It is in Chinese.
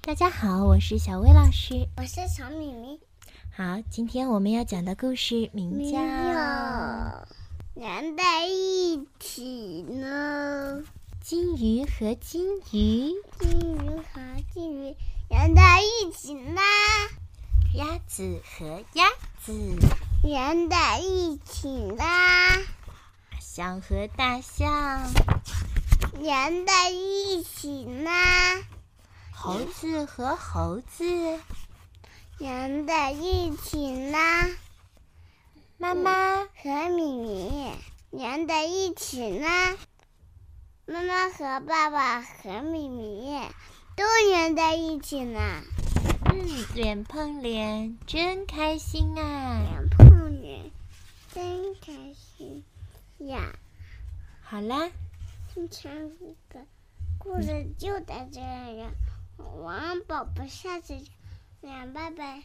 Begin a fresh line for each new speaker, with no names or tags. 大家好，我是小薇老师。
我是小米米，
好，今天我们要讲的故事名
没
叫
有连在一起呢。
《金鱼和金鱼》。
金鱼和金鱼连在一起呢，
鸭子和鸭子，
连在一起呢，
大象和大象，
连在一起呢，
猴子和猴子。
连在一起呢。
妈妈，
和米米连在一起呢。妈妈和爸爸和米米都连在一起呢。
嗯，脸碰脸，真开心啊！
两碰脸，真开心呀！
好啦，
今天的故事就到这里了，晚安，宝宝，下次见，晚安，拜拜。